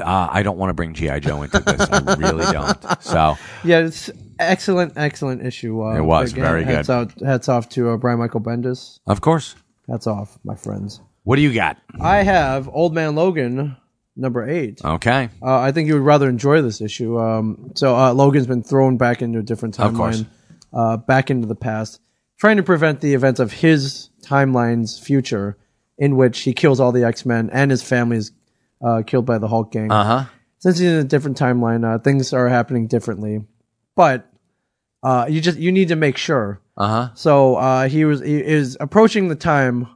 Uh, I don't want to bring GI Joe into this. I really don't. So Yeah, it's excellent, excellent issue. Uh, It was again, very hats good. Out, hats off to uh, Brian Michael Bendis. of course, Hats off, my friends. what do you got? I have Old Man Logan, number eight. Okay, Uh, I think you would rather enjoy this issue. Um, so uh, Logan's been thrown back into a different timeline, Of course. Uh, back into the past, trying to prevent the events of his timeline's future, in which he kills all the X Men and his family is uh, killed by the Hulk gang. uh huh. Since he's in a different timeline, uh, things are happening differently. But uh, you just you need to make sure Uh huh. so uh, he was he is approaching the time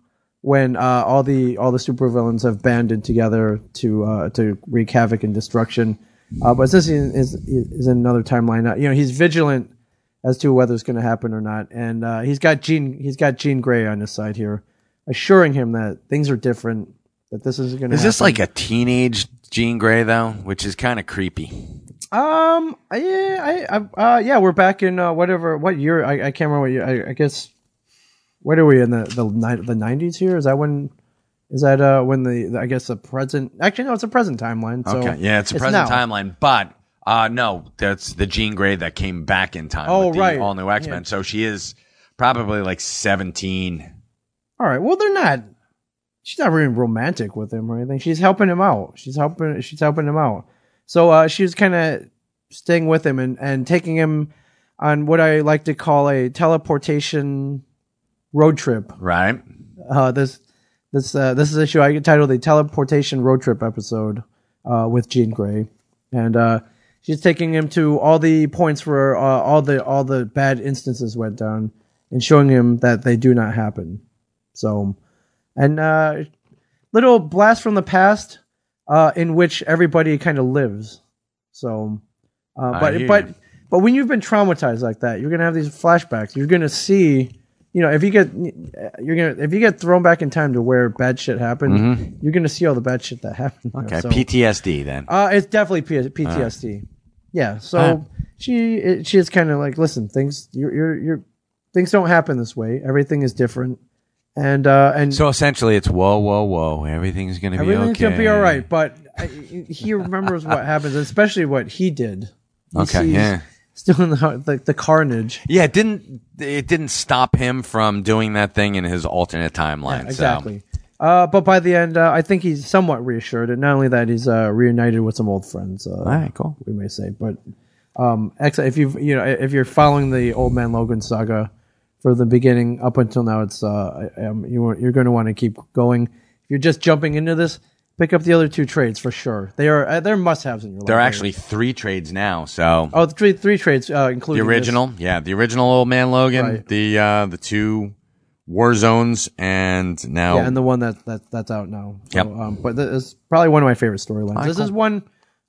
when uh, all the all the supervillains have banded together to uh, to wreak havoc and destruction. Uh, but since he is is in another timeline, uh, you know he's vigilant as to whether it's going to happen or not, and uh, he's got Gene he's got Gene Grey on his side here, assuring him that things are different, that this is going to. Is this like a teenage Jean Grey though, which is kind of creepy? Um. I- Yeah. I. I uh, yeah. We're back in uh, whatever. What year? I, I can't remember. What year, I, I guess. What are we in the the ni- the nineties here? Is that when? Is that uh when the, the- I guess the present? Actually, no. It's a present timeline. So Okay, yeah, it's a now. present timeline, but uh, no, that's the Jean Grey that came back in time. Oh, with the right. all new X Men. So she is probably like seventeen. All right. Well, they're not. She's not really romantic with him or anything. She's helping him out. She's helping. She's helping him out. So uh, she's kind of staying with him and and taking him on what I like to call a teleportation road trip. Right. uh, this this uh, this is issue I titled the teleportation road trip episode uh, with Jean Grey, and uh, she's taking him to all the points where uh, all the all the bad instances went down, and showing him that they do not happen. So, and uh, little blast from the past uh, in which everybody kind of lives. So, uh, I but hear but you. but when you've been traumatized like that, you're gonna have these flashbacks. You're gonna see, you know, if you get you're gonna if you get thrown back in time to where bad shit happened, you're gonna see all the bad shit that happened. Mm-hmm. Okay. So, PTSD then. uh, it's definitely P- PTSD. Yeah. So she it, she is kind of like, listen, things you're, you're you're things don't happen this way. Everything is different, and uh and So essentially, it's whoa, whoa, whoa. Everything's gonna be Everything's okay. gonna be all right, but I, he remembers what happens, especially what he did. He Okay, sees- yeah. Still in the like the carnage. Yeah, it didn't it didn't stop him from doing that thing in his alternate timeline? Exactly. Uh, but by the end, uh, I think he's somewhat reassured, and not only that, he's uh, reunited with some old friends. Uh, So. All right, cool. we may say. But um, ex- if you you know if you're following the Old Man Logan saga from the beginning up until now, it's uh, I- um, you are- you're going to want to keep going. If you're just jumping into this, pick up the other two trades for sure. They are uh, they're must haves in your life. There are actually three trades now. So oh three three trades uh, the including this. original, yeah, the original Old Man Logan, Right. the uh, the two War Zones, and now Yeah, and the one that, that that's out now. So, Oh. Yep. Um, but th- it's probably one of my favorite storylines. This is one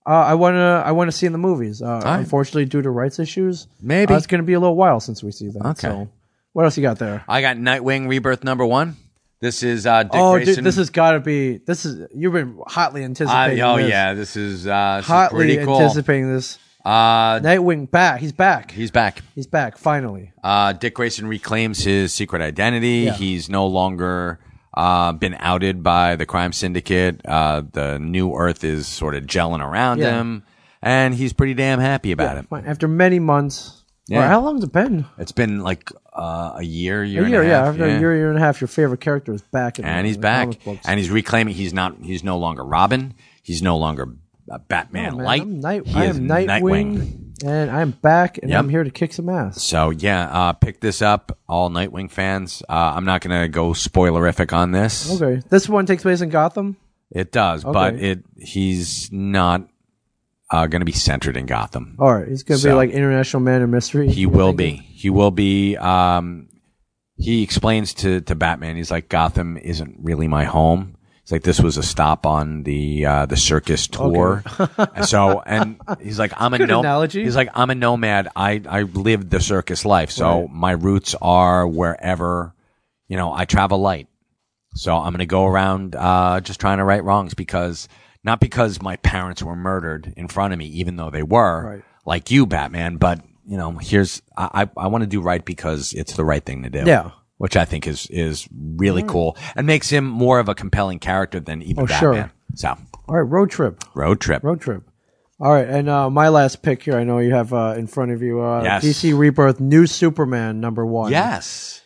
uh, I wanna I wanna see in the movies. Uh, right. Unfortunately, due to rights issues, Maybe. uh, it's gonna be a little while since we see that. Okay. So, what else you got there? I got Nightwing Rebirth number one. This is uh, Dick Oh, Grayson. dude, this has got to be. This is you've been hotly Uh, anticipating. oh this. yeah, this is, uh, this is hotly pretty cool. anticipating this. Uh, Nightwing back. He's back. he's back. He's back finally. Uh, Dick Grayson reclaims his secret identity. Yeah. He's no longer uh, been outed by the crime syndicate. Uh, the new Earth is sort of gelling around Yeah. him, and he's pretty damn happy about it. Fine. After many months. Yeah. Or how long's it been? It's been like uh, a year, year, A year, and a yeah. half, After a year, year and a half, your favorite character is back. In and the, he's the back, comic books. and he's reclaiming. He's not. He's no longer Robin. He's no longer uh, Batman Oh, man, Light. I'm Night, he I is am Nightwing, and I'm back, and Yep. I'm here to kick some ass. So yeah, uh, pick this up, all Nightwing fans. Uh, I'm not gonna go spoilerific on this. Okay, this one takes place in Gotham. It does, but Okay. it he's not uh, going to be centered in Gotham. All right, he's gonna be So- like international man of mystery. He will be. He will be. Um, he explains to, to Batman. He's like, Gotham isn't really my home. It's like this was a stop on the uh, the [laughs] circus tour. And so, and he's like, I'm a Good no- analogy. He's like, I'm a nomad. I I lived the circus life, so my roots are wherever. You know, I travel light. So I'm going to go around uh, just trying to right wrongs because not because my parents were murdered in front of me, even though they were Right. like you, Batman. But you know, here's I I, I want to do right because it's the right thing to do. Yeah. Mm. which I think is is really cool and makes him more of a compelling character than even Oh, sure. Batman. So All right, road trip. road trip. Road trip. All right, and uh, my last pick here. I know you have uh, in front of you uh, Yes. DC Rebirth New Superman number one. yes,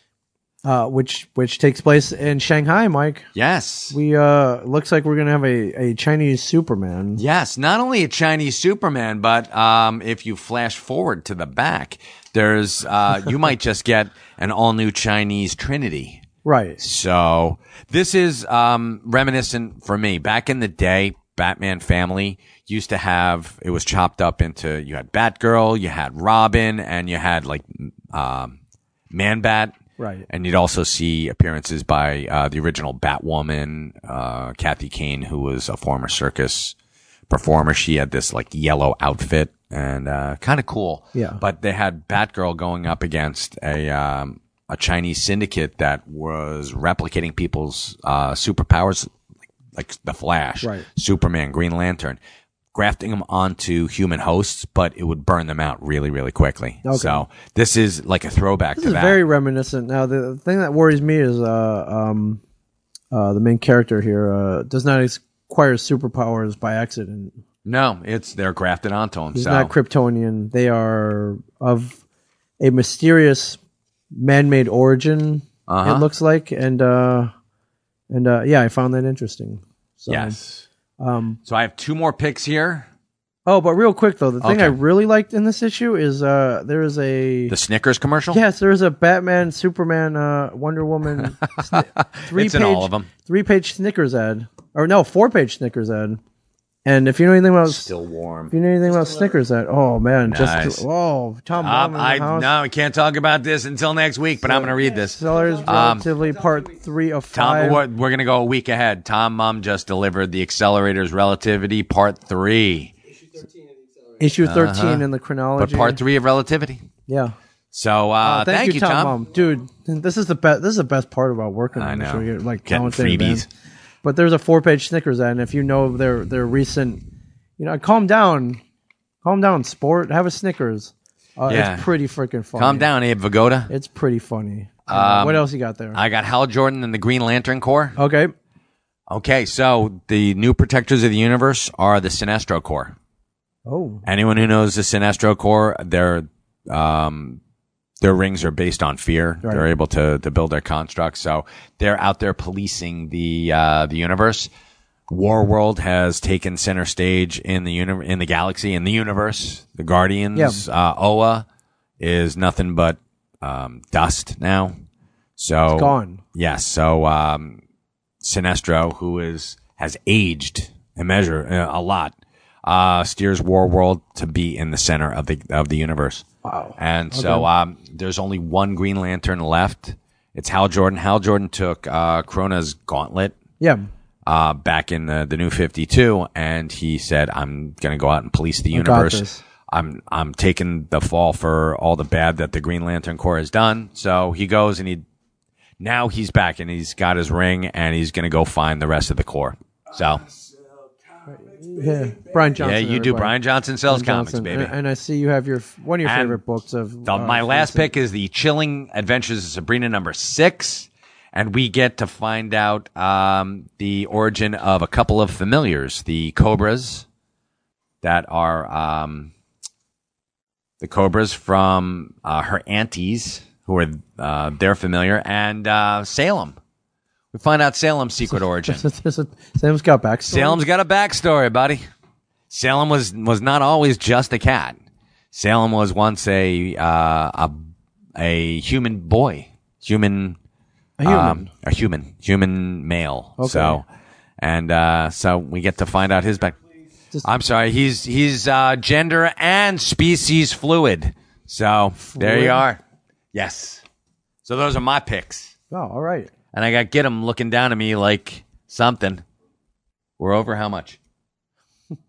uh, which which takes place in Shanghai, Mike. yes. We uh, looks like we're gonna have a, a Chinese Superman. Yes, not only a Chinese Superman, but um, if you flash forward to the back, there's uh, you might just get an all new Chinese Trinity. Right. So this is um, reminiscent for me. Back in the day, Batman Family used to have it was chopped up into you had Batgirl, you had Robin, and you had like m- um, Man Bat. Right. And you'd also see appearances by uh, the original Batwoman, uh, Kathy Kane, who was a former circus performer. She had this like yellow outfit and uh, kind of cool. Yeah. But they had Batgirl going up against a um, a Chinese syndicate that was replicating people's uh, superpowers, like the Flash, Right. Superman, Green Lantern, grafting them onto human hosts, but it would burn them out really, really quickly. So this is like a throwback This to is that. very reminiscent. Now, the thing that worries me is uh, um, uh, the main character here uh, does not ex- acquire superpowers by accident. no, it's they're grafted onto him. He's so not Kryptonian. They are of a mysterious man-made origin. Uh-huh. It looks like, and uh, and uh, yeah, I found that interesting. So, yes. Um, So I have two more picks here. Oh, but real quick though, the thing Okay. I really liked in this issue is uh there is a The Snickers commercial. yes, there is a Batman, Superman, uh, Wonder Woman, [laughs] sni- three [laughs] It's in all of 'em. three page Snickers ad, or no, four page Snickers ad. And if you know anything about Still warm. if you know anything about Snickers ad, oh man, Nice. just oh Tom Um, Baum in the I house. no, we can't talk about this until next week. But I'm going to read this. Sellers relatively part three of Tom, five. we're, we're going to go a week ahead. Tom Mom just delivered the Accelerator's Relativity Part Three, issue 13 in the chronology. Uh-huh. but Part Three of Relativity. yeah. So uh, Uh, thank, you, Tom. Mom. dude. This is the best. This is the best part about working. I on this. know. You're, like Getting talented, man. freebies. But there's a four-page Snickers ad, and if you know their their recent, you know, calm down, calm down, sport. Have a Snickers. Uh, Yeah. It's pretty freaking funny. Calm down, Abe Vigoda. It's pretty funny. Um, Uh, what else you got there? I got Hal Jordan and the Green Lantern Corps. okay. Okay, so the new protectors of the universe are the Sinestro Corps. Oh, Anyone who knows the Sinestro Corps, their um, their rings are based on fear. They're able to to build their constructs, so they're out there policing the uh, the universe. War World has taken center stage in the uni- in the galaxy in the universe. The Guardians, uh, Oa, is nothing but um, dust now. So gone. Yes. So um, Sinestro, who is has aged a measure uh, a lot, uh, steers War World to be in the center of the of the universe. Wow. And so um, there's only one Green Lantern left. It's Hal Jordan. Hal Jordan took uh, Krona's gauntlet Yeah. uh, back in the, the new 52 and he said, I'm going to go out and police the got universe. this. I'm, I'm taking the fall for all the bad that the Green Lantern Corps has done. So he goes and he, now he's back and he's got his ring and he's going to go find the rest of the Corps. So Yeah. Brian Johnson. yeah, you do. everybody. Brian Johnson sells comics, Johnson. [laughs] baby. And, and I see you have your f- one of your And favorite books of The- uh, my last pick is the Chilling Adventures of Sabrina number six, and we get to find out um, the origin of a couple of familiars, the cobras that are um, the cobras from uh, her aunties, who are uh, their familiar, and uh, Salem. We find out Salem's secret origin. [laughs] Sam's got back. Salem's got a backstory, buddy. Salem was was not always just a cat. Salem was once a uh, a a human boy, human, A human. um, a human, human male. So, and uh, so we get to find out his back. I'm sorry, he's he's uh, gender and species fluid. So there Fluid. you are. Yes. So those are my picks, Oh, all right. and I got get him looking down at me like something. We're over [laughs] how much?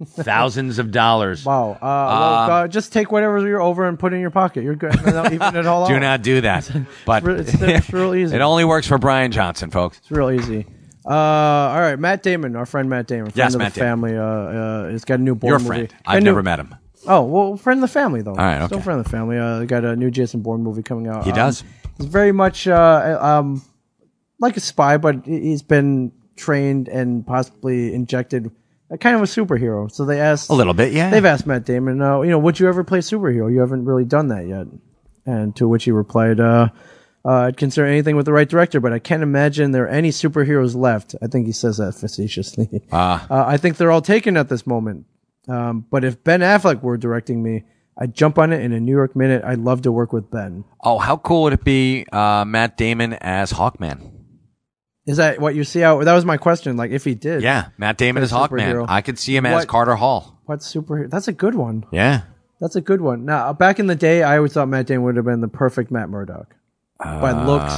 Thousands of dollars. Wow. Uh, um, well, uh, just take whatever you're over and put it in your pocket. You're good. And I'll even it all [laughs] Do out. not do that. But re- it's- it's real easy. [laughs] it only works for Brian Johnson, folks. It's real easy. Uh, all right, Matt Damon, our friend Matt Damon, friend Yes, of Matt the Damon. family. Uh, uh, he's got a new Bourne Your movie. friend. A I've new- never met him. Oh well, friend of the family though. All right, still okay. friend of the family. Uh, got a new Jason Bourne movie coming out. He Um, does. He's very much uh, um, like a spy, but he- he's been trained and possibly injected, uh, kind of a superhero. So they asked A little bit, yeah. They've asked Matt Damon, uh, you know, would you ever play superhero? You haven't really done that yet. And to which he replied, uh, uh, I'd consider anything with the right director, but I can't imagine there are any superheroes left. I think he says that [laughs] facetiously. Ah. Uh, I think they're all taken at this moment. Um, but if Ben Affleck were directing me, I'd jump on it in a New York minute. I'd love to work with Ben. Oh, how cool would it be, uh, Matt Damon as Hawkman? Is that what you see out? That was my question. Like, if he did, Yeah, Matt Damon as Hawkman. superhero. I could see him as What- Carter Hall. what superhero? That's a good one. Yeah. That's a good one. Now, back in the day, I always thought Matt Damon would have been the perfect Matt Murdock by Uh, looks,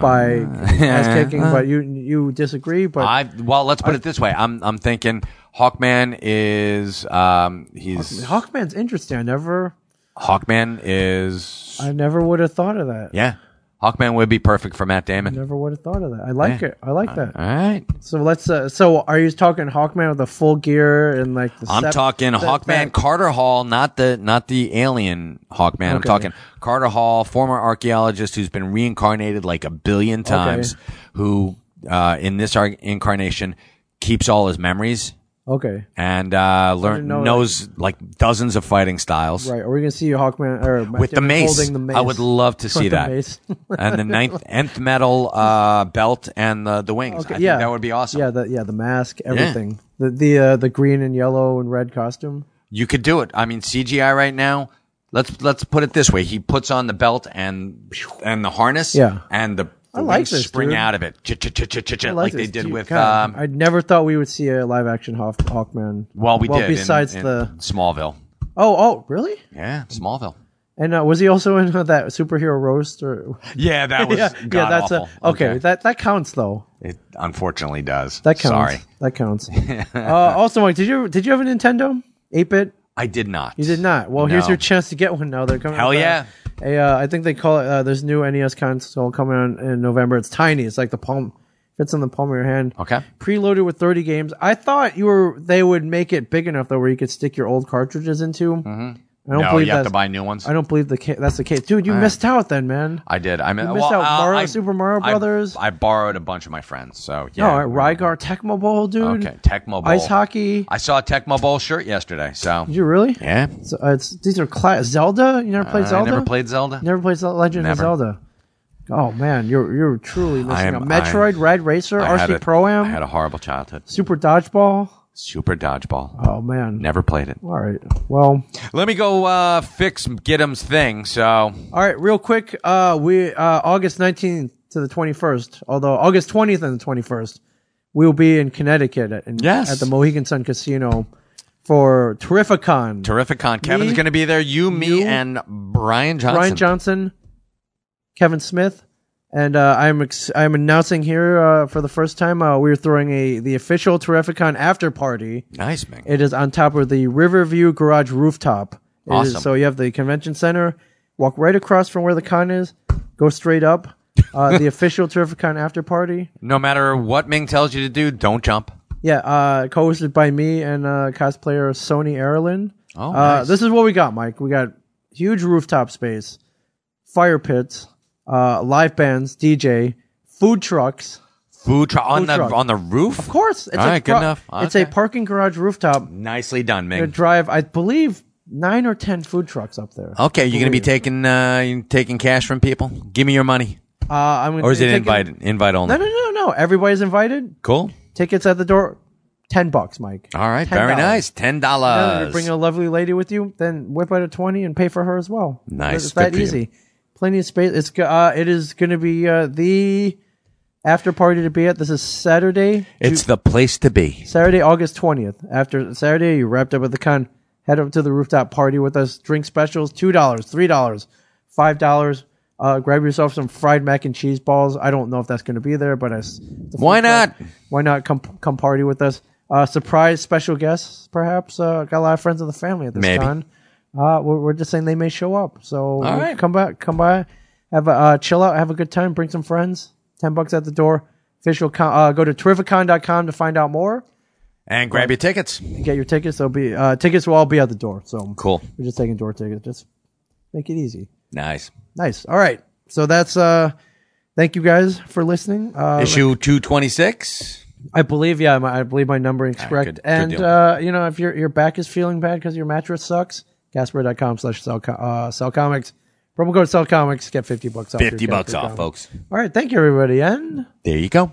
by ass kicking. But you you disagree. But I well, let's put it this way. I'm I'm thinking Hawkman is um he's Hawkman's interesting. I never Hawkman is I never would have thought of that. yeah. Hawkman would be perfect for Matt Damon. Never would have thought of that. I like it. I like that. All right. So let's. Uh, so are you talking Hawkman with the full gear and like the? I'm sep- talking that- Hawkman that- Carter Hall, not the not the alien Hawkman. I'm Okay. talking Carter Hall, former archaeologist who's been reincarnated like a billion times, who uh, in this ar- incarnation keeps all his memories Okay. and uh, learn know knows like dozens of fighting styles. Right. Are we gonna see Hawkman or Matt With the Damon mace. holding the mace? I would love to see [laughs] With the that. mace. and the [laughs] ninth, nth metal uh, belt and the, the wings. I think yeah. that would be awesome. Yeah. The yeah the mask everything the the uh, the green and yellow and red costume. You could do it. I mean, CGI right now. Let's let's put it this way: he puts on the belt and and the harness, Yeah. and the, the like wings this, spring dude. out of it, Ch-ch-ch-ch-ch-ch, I like this, they did dude. with. God, Um, I never thought we would see a live action Hawk, Hawkman. well, we did. in- Besides in the Smallville, oh oh really? yeah, [laughs] Smallville. And uh, was he also in that superhero roast [laughs] or? Yeah, that was yeah, yeah, that's awful. a okay. That that counts though. it unfortunately does. That counts. Sorry, That [laughs] counts. uh, also, Mike, did you did you have a Nintendo? Eight bit? I did not. You did not. Well, here's No. your chance to get one now. They're coming. Hell out with yeah. A, a, uh, I think they call it. Uh, there's new NES console coming out in November. It's tiny. It's like the palm fits in the palm of your hand. Okay. Preloaded with 30 games. I thought you were they would make it big enough though where you could stick your old cartridges into. Mm-hmm. I don't No, believe you have that's, to buy new ones. I don't believe the ca- that's the case, dude. You missed out then, man. I did. I mean, missed well, out uh, Mario- I- Super Mario I- Brothers. I, borrowed a bunch of my friends, so yeah. All right, Oh, Rygar Tecmo Bowl, dude. Okay, Tecmo Bowl. Ice hockey. I saw a Tecmo Bowl shirt yesterday, so Did you really? yeah. Uh, So, uh, it's, these are class. Zelda. You never played I Zelda. never played Zelda. Never played Zelda Legend of Never. Zelda. Oh man, you're you're truly missing am- out. Metroid, Red Racer, I had RC a- Pro I had Am, a horrible childhood. Super Dodgeball. Super dodgeball. Oh man. Never played it. All right. Well. Let me go uh, fix Gidim's thing. So All right. Real quick. Uh, we uh August nineteenth to the twenty first. Although August twentieth and the twenty first, we will be in Connecticut at, in, Yes. at the Mohegan Sun Casino for Terrificon. terrific con. Kevin's Me, going to be there. You, me, you, and Brian Johnson. Brian Johnson, Kevin Smith, and uh, I'm ex- I'm announcing here uh, for the first time uh, we're throwing a the official Terrificon after party. Nice man. It is on top of the Riverview Garage rooftop. It is- Awesome. so you have the convention center, walk right across from where the con is, go straight up. Uh, the official Terrificon after party. no matter what Ming tells you to do, don't jump. Yeah, uh, co-hosted by me and uh, cosplayer Sony Erlin. Oh, uh, nice. this is what we got, Mike. We got huge rooftop space, fire pits, uh, live bands, DJ, food trucks. Food truck on Food the truck. on the roof. Of course, it's All a right, good enough. It's a Okay. parking garage rooftop. Nicely done, to Ming. drive, I believe, nine or ten food trucks up there. Okay, you're going to be taking uh, you taking cash from people. Give me your money, Uh, I'm gonna or is be it taking- invite invite only? No, no, no, no. Everybody's invited. Cool. Tickets at the door, ten bucks, Mike. All right, $10. very nice. Ten Now, if you dollars. bring a lovely lady with you, then whip out a twenty and pay for her as well. Nice. It's Good that for you. easy. Plenty of space. It's go- uh, it is going to be uh, the after party to be at. This is Saturday, It's the place to be. Saturday, August 20th. After Saturday, you wrapped up with the con. Head up to the rooftop party with us. Drink specials $2, $3, $5. Uh, grab yourself some fried mac and cheese balls. I don't know if that's going to be there, but I, s- the food Why truck. not? Why not come come party with us? Uh, surprise special guests, perhaps. Uh, got a lot of friends of the family at this Maybe. con. Uh, we're, we're just saying they may show up. So All right. come back, come by, have a uh, chill out, have a good time, bring some friends. Ten bucks at the door. Official con- uh, go to terrificon.com to find out more And grab your tickets. get your tickets. They'll be uh, tickets will all be at the door. So Cool. We're just taking door tickets. Just make it easy. Nice. Nice. All right. So that's uh, thank you guys for listening. Uh, Issue 226. I believe yeah, my, I believe my numbering is correct. good- good and deal. uh, you know if your your back is feeling bad because your mattress sucks, Casper.com slash sell co- uh, sell comics. Promo code sell comics get fifty bucks off. your 50 bucks Casper off, comic. folks. All right. Thank you everybody. And. There you go.